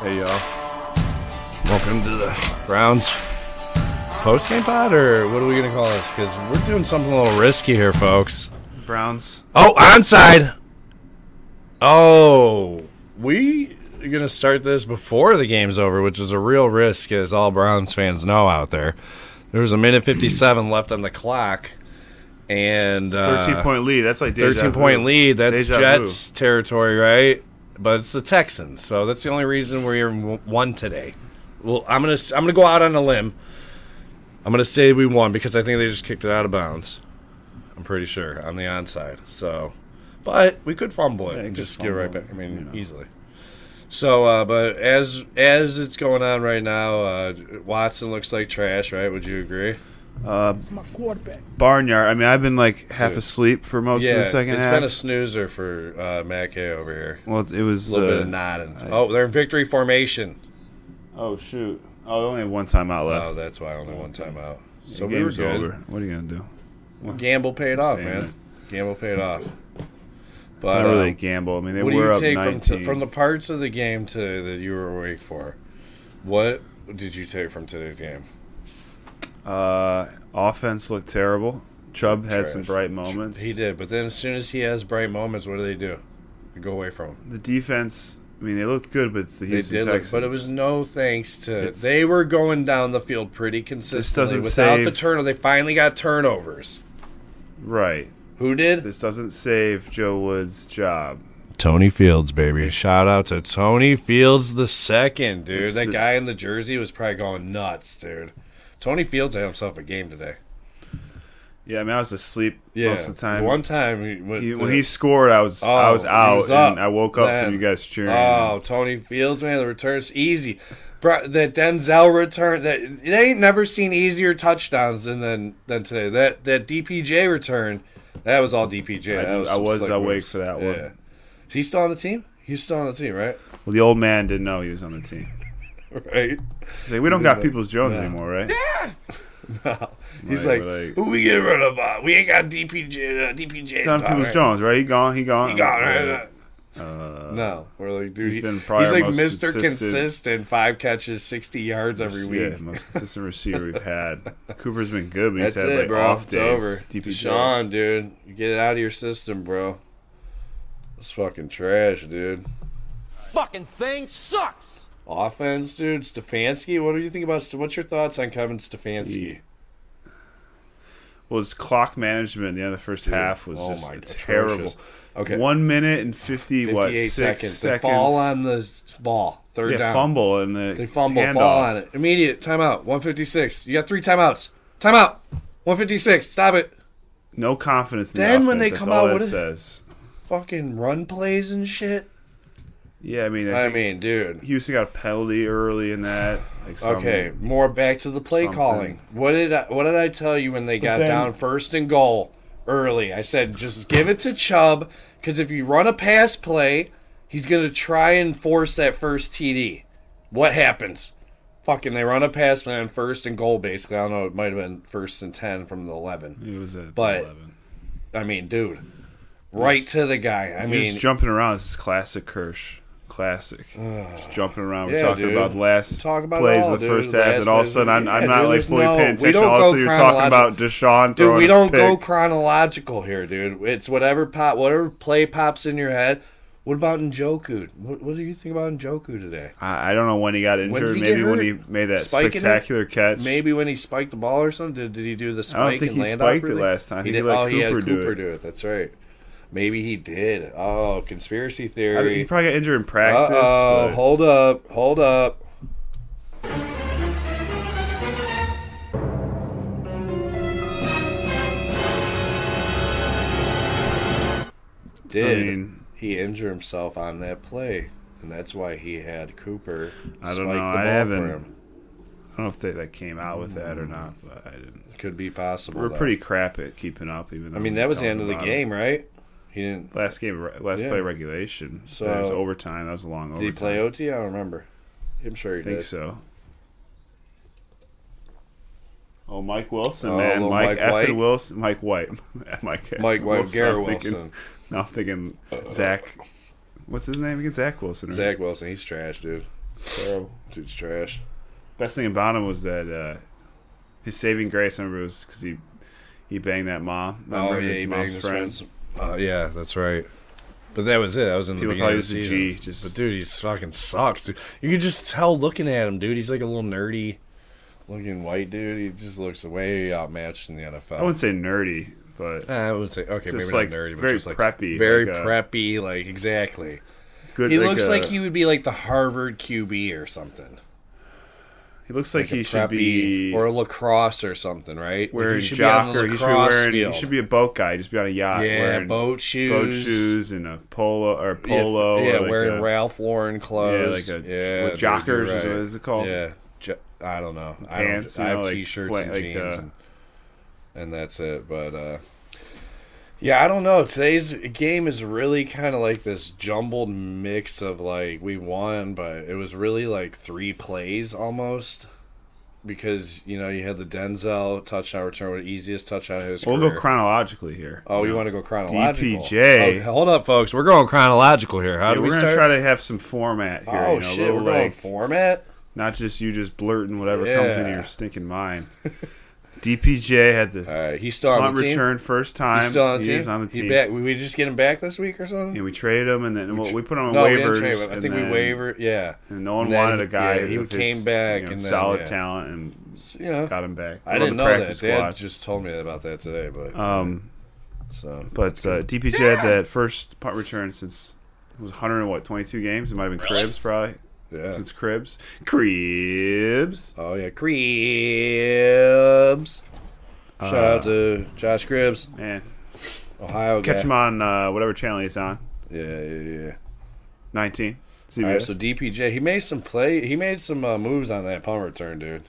Hey y'all. Welcome to the Browns post game pod, or what are we gonna call this? Because we're doing something a little risky here, folks. Browns. Oh, onside. Oh, we are gonna start this before the game's over, which is a real risk, as all Browns fans know out there. There was a minute fifty-seven left on the clock, and uh, 13 point lead. That's like deja 13 point vu. lead. That's Deja vu. Jets territory, right? But it's the Texans, so that's the only reason we're in one today. Well, I'm gonna I'm gonna go out on a limb. I'm gonna say we won because I think they just kicked it out of bounds. I'm pretty sure on the onside. So, but we could fumble it Yeah, you and could just get right fumble back. it, I mean, you know. easily. So, uh, but as as it's going on right now, uh, Watson looks like trash, right? Would you agree? my quarterback. Barnyard. I mean, I've been like half Dude. asleep for most yeah, of the it's second half. been a snoozer for uh, Matt Kay over here. well, it was. A little bit uh, of nodding. oh, they're in victory formation. Oh, shoot. Oh, only one time out left. Oh, that's why only one time out. So the we were game's good. over. What are you going to do? Gamble paid off, Same. man. Gamble paid off. It's But not really uh, a gamble. I mean, they what do were you up take from, 19. t- from the parts of the game today that you were awake for? What did you take from today's game? uh, offense looked terrible. Chubb had some Trash. bright moments. He did, but then as soon as he has bright moments, what do they do? They go away from him. The defense. I mean, they looked good, but it's the They Houston did, look, Texans. but it was no thanks to. It's- they were going down the field pretty consistently doesn't without the save- turnover. They finally got turnovers. right. Who did? This doesn't save Joe Woods' job. Tony Fields, baby. Shout out to Tony Fields the second, dude. It's that the- guy in the jersey was probably going nuts, dude. Tony Fields had himself a game today. Yeah, I mean, I was asleep most of the time. One time he went He- to- when he scored, I was I Oh, was he out, was up and I woke up then. from you guys cheering. Oh, Tony Fields, man, the return's easy. Bro, that Denzel return that they ain't never seen easier touchdowns than than, than today. That that DPJ return, that was all DPJ. I, That was I some was slick awake moves. for that one. Yeah. Is he still on the team? He's still on the team, right? Well, the old man didn't know he was on the team. Right. He's like, we don't got Peoples Jones anymore, right? He's Like, like, we're like- who we get rid of? Uh, we ain't got DPJ. Uh, DPJ. Don Peoples Jones, right? He gone. He gone. He got I'm like, right. "Wait." Uh, no, we're like, dude, he's he- been probably he's our like most Mr. Consistent. consistent- five catches, sixty yards every Yeah, week. most consistent receiver we've had. Cooper's been good, but he's That's had it, like bro. off it's days. over. DPJ. Deshaun, dude, get it out of your system, bro. It's fucking trash, dude. Fucking thing sucks. Offense, dude. Stefanski, what do you think about? Ste- What's your thoughts on Kevin Stefanski? Well, his clock management in the end of the first half was oh just my- terrible. atrocious. Okay. one minute and fifty what Fifty-eight six seconds. seconds. They fall on the ball. Third yeah, down. fumble and the They fumble, handoff. fall on it. Immediate timeout. 156. You got three timeouts. Timeout. 156. Stop it. No confidence. In Then the when offense. they That's come all out that with it- says. Fucking run plays and shit. Yeah, I mean, I, I think mean, dude. Houston got a penalty early in that. Like some- Okay, more back to the play something. calling. What did I, what did I tell you when they got then- down first and goal early? I said just give it to Chubb because if you run a pass play, he's gonna try and force that first TD. What happens? Fucking, they run a pass play on first and goal. Basically, I don't know. It might have been first and ten from the eleven. It was at But- 11. I mean, dude, right to the guy. I He's mean, jumping around. This is classic Kirsch. Classic. just jumping around. We're Yeah, talking dude. about the last Talk about it plays all, of the dude. first half, Last and all of a plays sudden of- I'm, I'm yeah, not dude, like there's fully no- we paying attention. don't Also, go you're talking about Deshaun dude, throwing we don't a go pick. chronological here, dude. It's whatever pop, whatever play pops in your head. What about Njoku? What, what do you think about Njoku today? I I don't know when he got did injured. he get Maybe when hurt? he made that Spiking it? spectacular catch. Maybe when he spiked the ball or something, did, did he do the spike? think and he land spiked it awkwardly? last time. I He think he did. let oh, he had Cooper Cooper do it. do it. That's right. Maybe he did. Oh, conspiracy I mean, theory. he probably got injured in practice. Uh oh, but- hold up, hold up. Did mean- he injure himself on that play? And that's why he had Cooper I don't spike know, the I ball haven't- for him. I don't know if they like came out with that or not, but I didn't. Could be possible. We're though. pretty crap at keeping up. Even though I mean, that was the end of the bottom. game, right? He didn't. Last game, re- last Yeah. play of regulation. So- So it was overtime. That was a long Did he overtime. play OT? I don't remember. I'm sure he I think did. so. Oh, Mike Wilson, Oh, man, little Mike, Mike effing White. Wilson, Mike White, Mike, Mike White, Garrett I'm thinking- Wilson. No, I'm thinking Zach. What's his name again? Zach Wilson. Right? Zach Wilson, he's trash, dude. Terrible. Dude's trash. Best thing about him was that uh, his saving grace. I remember was because he he banged that mom. Remember oh yeah, his he mom's banged his friend? friends. Uh, yeah, that's right. But that was it. That was in the People beginning thought of he the was a season. G, just- But dude, he's fucking sucks. Dude. You can just tell looking at him, dude. He's like a little nerdy looking white dude. He just looks way outmatched in the NFL. I wouldn't say nerdy, but Ah, I wouldn't say okay, Just maybe like not nerdy, but very just like preppy, very like a- preppy, like exactly. good. uh, He looks a- like he would be like the Harvard QB or something. He looks like, Like a he should preppy- be or lacrosse or something, right? wearing he should jock be on or the he should be lacrosse wearing field. he should be a boat guy. Just be on a yacht yeah, wearing boat shoes, boat shoes and a polo or Yeah, polo. yeah, or like wearing a- Ralph Lauren clothes, Yeah, like a- yeah, with dude, jockers, you're is what right. is it called? Yeah, jo- I don't know. I, Pants, don't, you I have know, like t-shirts fla- and like, jeans, uh, and, and that's it. But uh, yeah, I don't know. Today's game is really kind of like this jumbled mix of like we won, but it was really like three plays almost. Because you know you had the Denzel touchdown return, with the easiest touchdown of his We'll career. go chronologically here. Oh, you want to go chronological? DPJ. Oh, hold up, folks. We're going chronological here. How Yeah, do we're we gonna start? try to have some format here. oh you know, a shit, little we're going like format. not just you just blurting whatever comes into Yeah. your stinking mind. DPJ had the All right, he's still on punt the team. return first time. He's still on the he team. is on the team. He back. We, we just get him back this week or something. Yeah, we traded him, and then well, we put him on no, we didn't waivers. trade him. I and think we then- wavered. Yeah, And no one And then wanted he- a guy. yeah, he with came his, back you know, and then, solid yeah. talent and you know, got him back. I On didn't the know that. practice Dad squad. just told me about that today, but Um, so but uh, DPJ had that first punt return since it was 100 and what 22 games. It might have been Cribs probably. yeah. Since Cribs, Cribs. oh yeah, Cribs. Uh, Shout out to Josh Cribs, Man, Ohio catch guy. him on uh, whatever channel he's on. Yeah, yeah, yeah. 19. CBS. All right, so DPJ, he made some play. He made some uh, moves on that punt return, dude.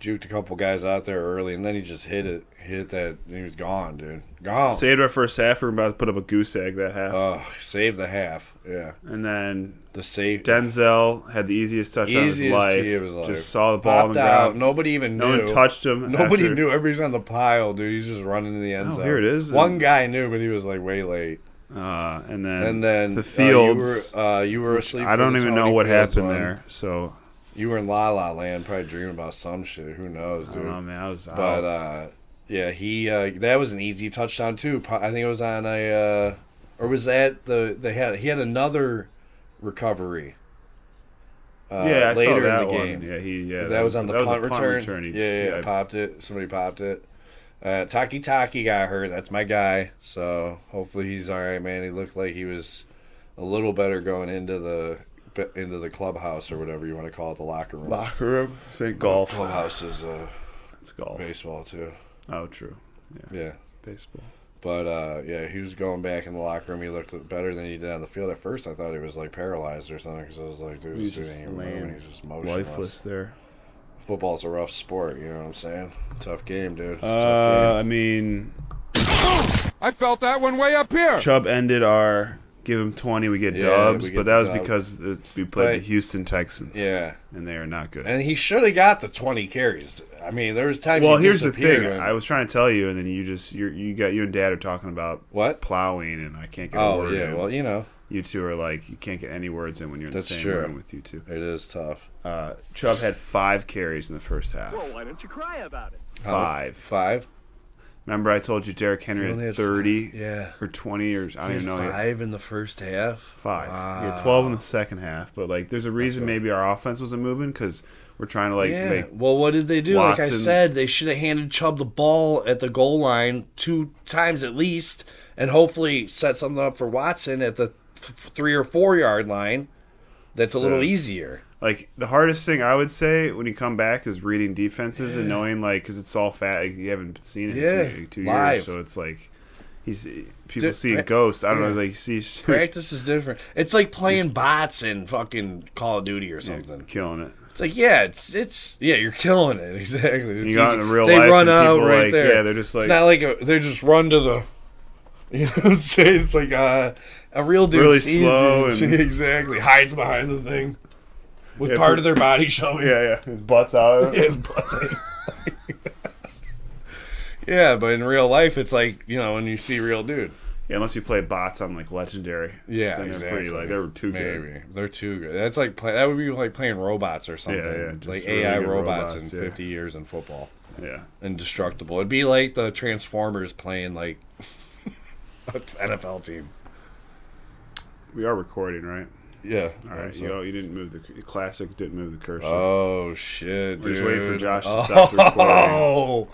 Juked a couple guys out there early, and then he just hit it. Hit that. And he was gone, dude. Gone. Saved our first half. We're about to put up a goose egg that half. Oh, save the half. Yeah, and then the save. Denzel had the easiest touch of his Easiest life. he was like Just saw the ball on the popped out. ground. Nobody even No knew. one touched him. Nobody after- knew. Everybody's on the pile, dude. He's just running to the end Oh, zone. here it is. One And- guy knew, but he was like way late. Uh, and then And then the field. fields. you were, uh, you were asleep. I for don't the even Tony know what Fields happened one. there. So You were in La La Land, probably dreaming about some shit. Who knows, I dude? don't know, man. I was out. But uh, yeah, he uh, that was an easy touchdown too. Po- I think it was on a uh, or was that the they had he had another recovery. Uh, yeah, I later saw that in the one. game. Yeah, he. Yeah, that, was on the a punt, return. He- Yeah, yeah, yeah, popped it. Somebody popped it. Uh, Taki Taki got hurt. That's my guy. So hopefully he's all right, man. He looked like he was a little better going into the into the clubhouse or whatever you want to call it, the locker room. Locker room. Say golf. Clubhouse is uh, It's golf. baseball too. Oh, true. Yeah. Baseball. But uh, yeah, he was going back in the locker room. He looked better than he did on the field. At first, I thought he was like paralyzed or something because I was like, dude, He's this dude just ain't even moving. laying He's just motionless. Lifeless there. Football's a rough sport. You know what I'm saying? Tough game, dude. It's a Uh, tough I mean, I felt that one way up here. Chubb ended our give him twenty, we get Yeah, dubs, we get but that was dub. because it was- we played the Right. Houston Texans. game. Yeah. and they are not good. And he should have got the 20 carries. I mean, there was times. well, he here's the disappeared thing. when- I was trying to tell you, and then you just you you got you and Dad are talking about What? plowing, and I can't get. a Oh word yeah. in. Well, you know, you two are like you can't get any words in when you're in That's the same true. room with you two. it is tough. Uh, Chubb had five carries in the first half. Well, why don't you cry about it? Oh. Five. Five. Remember, I told you Derrick He Henry only had had thirty, five. Yeah. or twenty, or I don't even know. he had Five in the first half. Five. He had Wow. twelve in the second half, but like, there's a reason maybe our offense wasn't moving because we're trying to like Yeah. make well, what did they do? Like I Watson- said, they should have handed Chubb the ball at the goal line two times at least, and hopefully set something up for Watson at the f- three or four yard line. That's a little easier. like the hardest thing I would say when you come back is reading defenses and knowing like because it's all fat. Like, you haven't seen it in Yeah, two, like, two live. years, so it's like he's people Dude, see pra- a ghost. I don't know. yeah. They see Practice is different. It's like playing bots in fucking Call of Duty or something. killing it. It's like yeah, it's it's yeah, you're killing it exactly. It's You got easy. in real they life run and out people, right like, there. yeah, they're just like- it's not like a, they just run to the. You know what I'm saying? It's like uh, a real dude Really sees slow you, and- exactly hides behind the thing with Yeah, part but- of their body showing. Yeah, yeah. His butt's out. His pussy. yeah, but in real life, it's like you know when you see real dude. Yeah, unless you play bots on like legendary. Yeah, then exactly. they're pretty like they're too Maybe. good. They're too good. That's like play, that would be like playing robots or something. yeah, just like really AI good robots, robots, in yeah. 50 years in football. Yeah, Indestructible. It'd be like the Transformers playing like an NFL team. we are recording, right? Yeah. All right, so- yo, you didn't move the c- classic. Didn't move the cursor. Oh shit, We're dude. just waiting for Josh to stop the recording. Oh.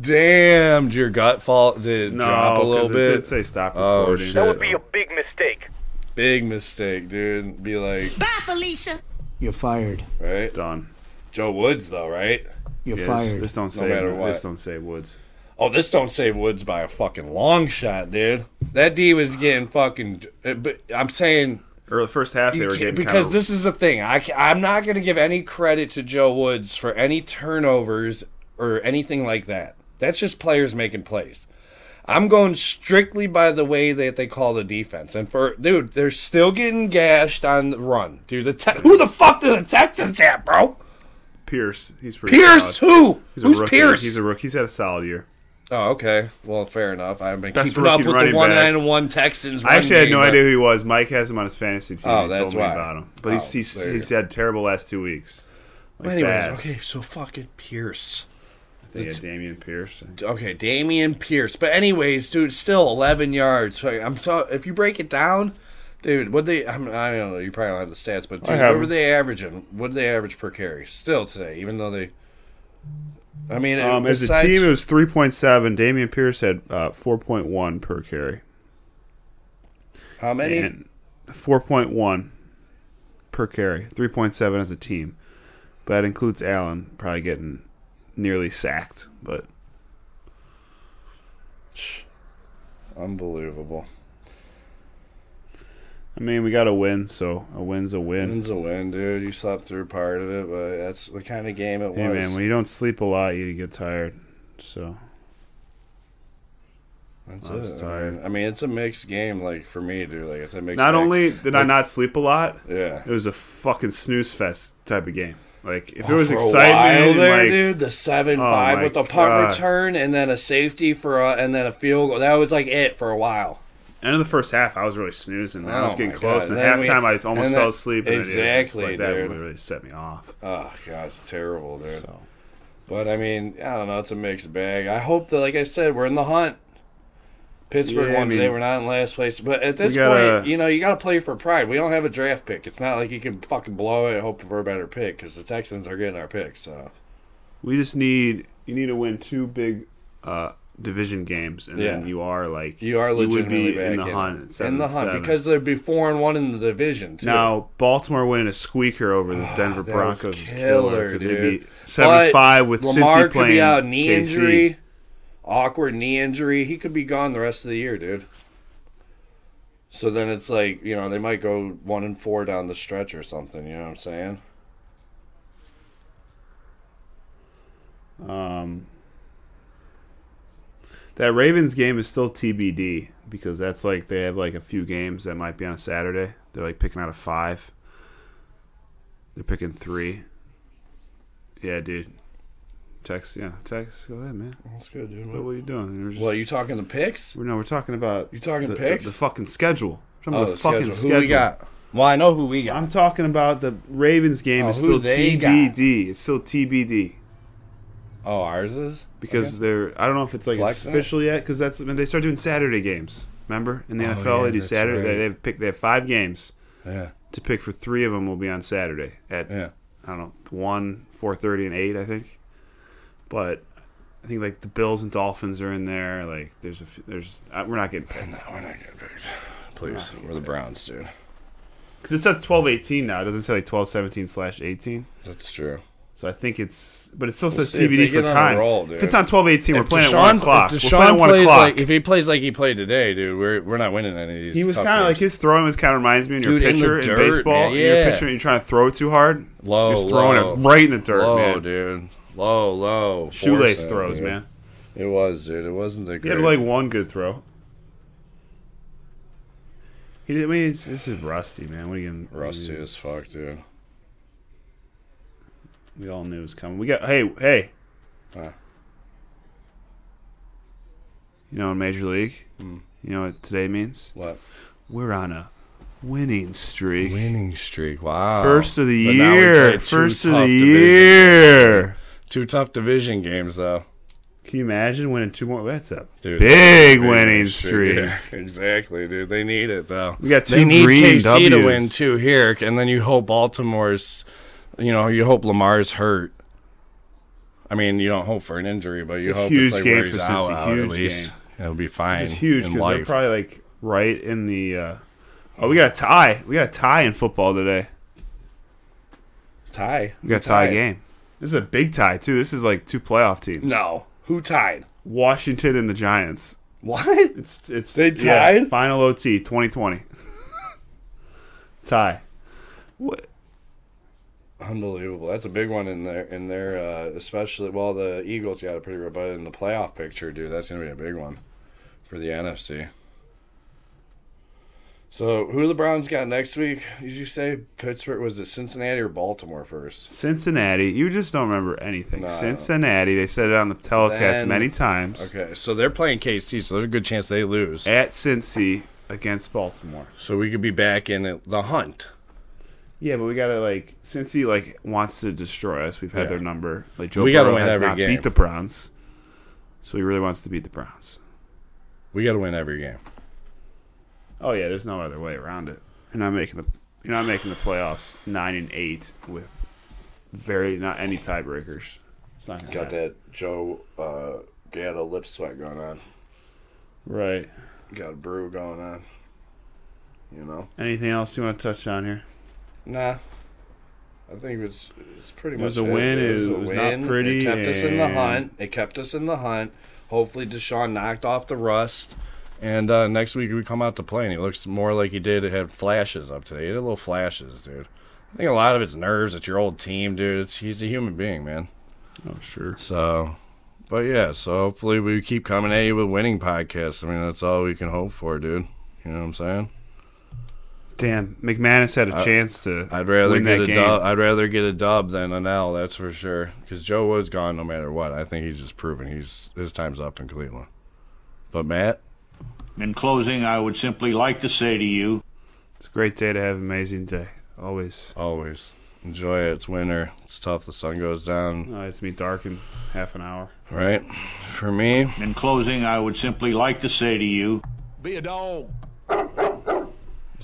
Damn, did your gut fall did it no, drop a little 'cause it did bit. say stop Oh, recording. shit. That would be a big mistake. Big mistake, dude. Be like, Bye, Felicia. You're fired. right? done. Joe Woods though, right? You're Yeah, this, fired. this don't say. matter what. This don't say Woods. Oh, this don't save Woods by a fucking long shot, dude. That D was getting fucking. uh, But I'm saying Or the first half they you were can't- getting because kinda, this is the thing. I ca- I'm not going to give any credit to Joe Woods for any turnovers or anything like that. That's just players making plays. I'm going strictly by the way that they call the defense. And for dude, they're still getting gashed on the run, dude. The te- who the fuck do the Texans have, bro? Pierce. He's pretty Pierce, solid. who? He's a Who's rookie. Pierce? He's a rookie. He's had a solid year. Oh, okay. Well, fair enough. I've been Best keeping up rookie with the running one back. nine and one Texans. I actually run had no game, idea who he was. Mike has him on his fantasy team. Oh, he that's told me why. about him. But Oh, he's he's, there you he's go. had terrible last two weeks. but Like Anyways, bad. okay. So fucking Pierce. They had Damian Pierce. Okay, Damian Pierce. But anyways, dude, still eleven yards. So I'm so if you break it down, dude, what they I'm, I don't know. You probably don't have the stats, but dude, have what were them. they averaging? What did they average per carry? Still today, even though they. I mean, Um, as a besides- team, it was three point seven. Damian Pierce had uh, four point one per carry how many? and four point one per carry. Three point seven as a team, but that includes Allen probably getting nearly sacked. But Unbelievable. I mean, we got a win, so a win's a win. Win's a win, dude. You slept through part of it, but that's the kind of game it was. Hey man, when you don't sleep a lot, you get tired. So That's I was it. I tired. mean, I mean, it's a mixed game, like for me, dude. Like it's a mixed. not bag. only did I not sleep a lot, yeah. it was a fucking snooze fest type of game. Like if it was For a excitement, while and, there, like, dude. The seven five my with the punt God. return, and then a safety for, a, and then a field goal. That was like it for a while. end of the first half, I was really snoozing. man. I was Oh, getting my close, God. and Then we- halftime, I almost and fell then- asleep. And it was just Exactly, like that dude. really set me off. Oh god, it's terrible, dude. So But I mean, I don't know. It's a mixed bag. I hope that, like I said, we're in the hunt. Pittsburgh Yeah, I won today. mean- We're not in last place, but at this gotta- point, you know, you got to play for pride. We don't have a draft pick. It's not like you can fucking blow it and hope for a better pick because the Texans are getting our pick. So we just need you need to win two big uh, division games, and Yeah. then you are like you are would legitimately be back in the hunt. at seven in the and hunt seven. because they'd be four and one in the division. Too. Now Baltimore winning a squeaker over the Denver Ah, that Broncos was is killer, killer because dude. it'd be seven five with Lamar Cincy could playing be out knee KC. injury, awkward knee injury. He could be gone the rest of the year, dude. So then it's like you know they might go one and four down the stretch or something. You know what I'm saying? That Ravens game is still TBD because that's like they have like a few games that might be on a Saturday. They're like picking out of five. They're picking three. Yeah, dude. Text, yeah, text. Go ahead, man. That's good, What, what dude. are you doing? We're just, Well, you talking the picks? we're, no, we're talking about You talking the, the- picks? The, fucking schedule. We're talking about Oh, the the, fucking schedule. schedule. Who we got? Well, I know who we got. I'm talking about the Ravens game Oh, is who still they TBD. got? It's still TBD. oh, ours is because they're I don't know if it's like Flex it's that? official yet because that's when they start doing Saturday games. Remember in the NFL Oh, yeah, they do that's Saturday. right. They, they pick they have five games yeah, to pick for. Three of them will be on Saturday at yeah. I don't know one, four thirty, and eight I think. But I think like the Bills and Dolphins are in there. Like there's a f- there's uh, we're not getting picked We're not getting picked. Please, we're the Browns, dude. because it's at twelve eighteen now. It doesn't say like twelve seventeen slash eighteen. That's true. So I think it's, but it still says see if they TBD for get on a time. roll, dude. if it's on twelve eighteen, we're If playing Deshaun- at one o'clock. We're If playing at Deshaun one plays o'clock. like, if he plays like he played today, dude, we're we're not winning any of these. He was tough kind of like games. his throwing was kind of reminds me of your Dude, in the pitcher in, dirt, baseball. man. Your Yeah. pitcher, you're trying to throw too hard. Low, He's throwing low. it right in the dirt, low, man. dude. Low, low. Shoelace Force it, throws, dude. man. It was, dude. It wasn't that He great. had like one good throw. He did. I mean, it's, this is rusty, man. We can rusty as fuck, dude. We all knew it was coming. We got. Hey, hey. Huh. Hmm. You know, in Major League, You know what today means? What? We're on a winning streak. Winning streak. Wow. First of the But now we play year. two First of tough the division year. Two tough division games though. Can you imagine winning two more? That's a Dude, Big big winning streak. Yeah, exactly, dude. They need it though. We got they two need green KC to Ws. win too here, and then you hope Baltimore's, you know, you hope Lamar's hurt. I mean, you don't hope for an injury, but you a hope huge it's like game where for he's out, Cincy, out at huge least. game. It'll be fine. It's huge in because they're life. probably like right in the. Uh, oh, we got a tie. We got a tie in football today. tie. We got a tie game. This is a big tie too. This is like two playoff teams. No, who tied? Washington and the Giants. What? It's it's They yeah, tied? final OT 2020 tie. What? Unbelievable. That's a big one in their in their uh, especially. Well, the Eagles got it pretty good, but in the playoff picture, dude, that's gonna be a big one for the NFC. So, who the Browns got next week? Did you say Pittsburgh? Was it Cincinnati or Baltimore first? Cincinnati. You just don't remember anything. No, I don't. Cincinnati. They said it on the telecast Then- many times. Okay, so they're playing KC, so there's a good chance they lose. At Cincy against Baltimore. So we could be back in it- the hunt. Yeah, but we gotta like Cincy like wants to destroy us. We've had Yeah. their number. Like Joe We gotta Burrow win has every not game. beat the Browns, so he really wants to beat the Browns. We got to win every game. Oh yeah, there's no other way around it. You're not making the you're not making the playoffs nine and eight with very not any tiebreakers. It's not gonna Got happen. that Joe uh, Gatto lip sweat going on. right. Got a brew going on. You know. Anything else you want to touch on here? Nah. I think it's it's pretty It much was a win. It was not pretty, It kept us in the and- hunt. It kept us in the hunt. Hopefully, Deshaun knocked off the rust. And uh, next week we come out to play, and he looks more like he did. It had flashes up today. He had little flashes, dude. I think a lot of it's nerves. It's your old team, dude. It's he's a human being, man. Oh sure. So, but yeah. So hopefully we keep coming at you with winning podcasts. I mean, that's all we can hope for, dude. You know what I'm saying? Damn, McManus had a chance to. I'd rather win get that a game. dub. I'd rather get a dub than an L. That's for sure. Because Joe was gone no matter what. I think he's just proven he's his time's up in Cleveland. But Matt, In closing, I would simply like to say to you It's a great day to have an amazing day. Always. always enjoy it. It's winter. It's tough. The sun goes down. Oh, it's gonna be dark in half an hour. Right? For me, In closing, I would simply like to say to you. let's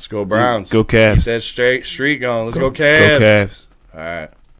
go Browns. Go Cavs. Keep that straight street going. Let's go, Go Cavs. Cavs. All right.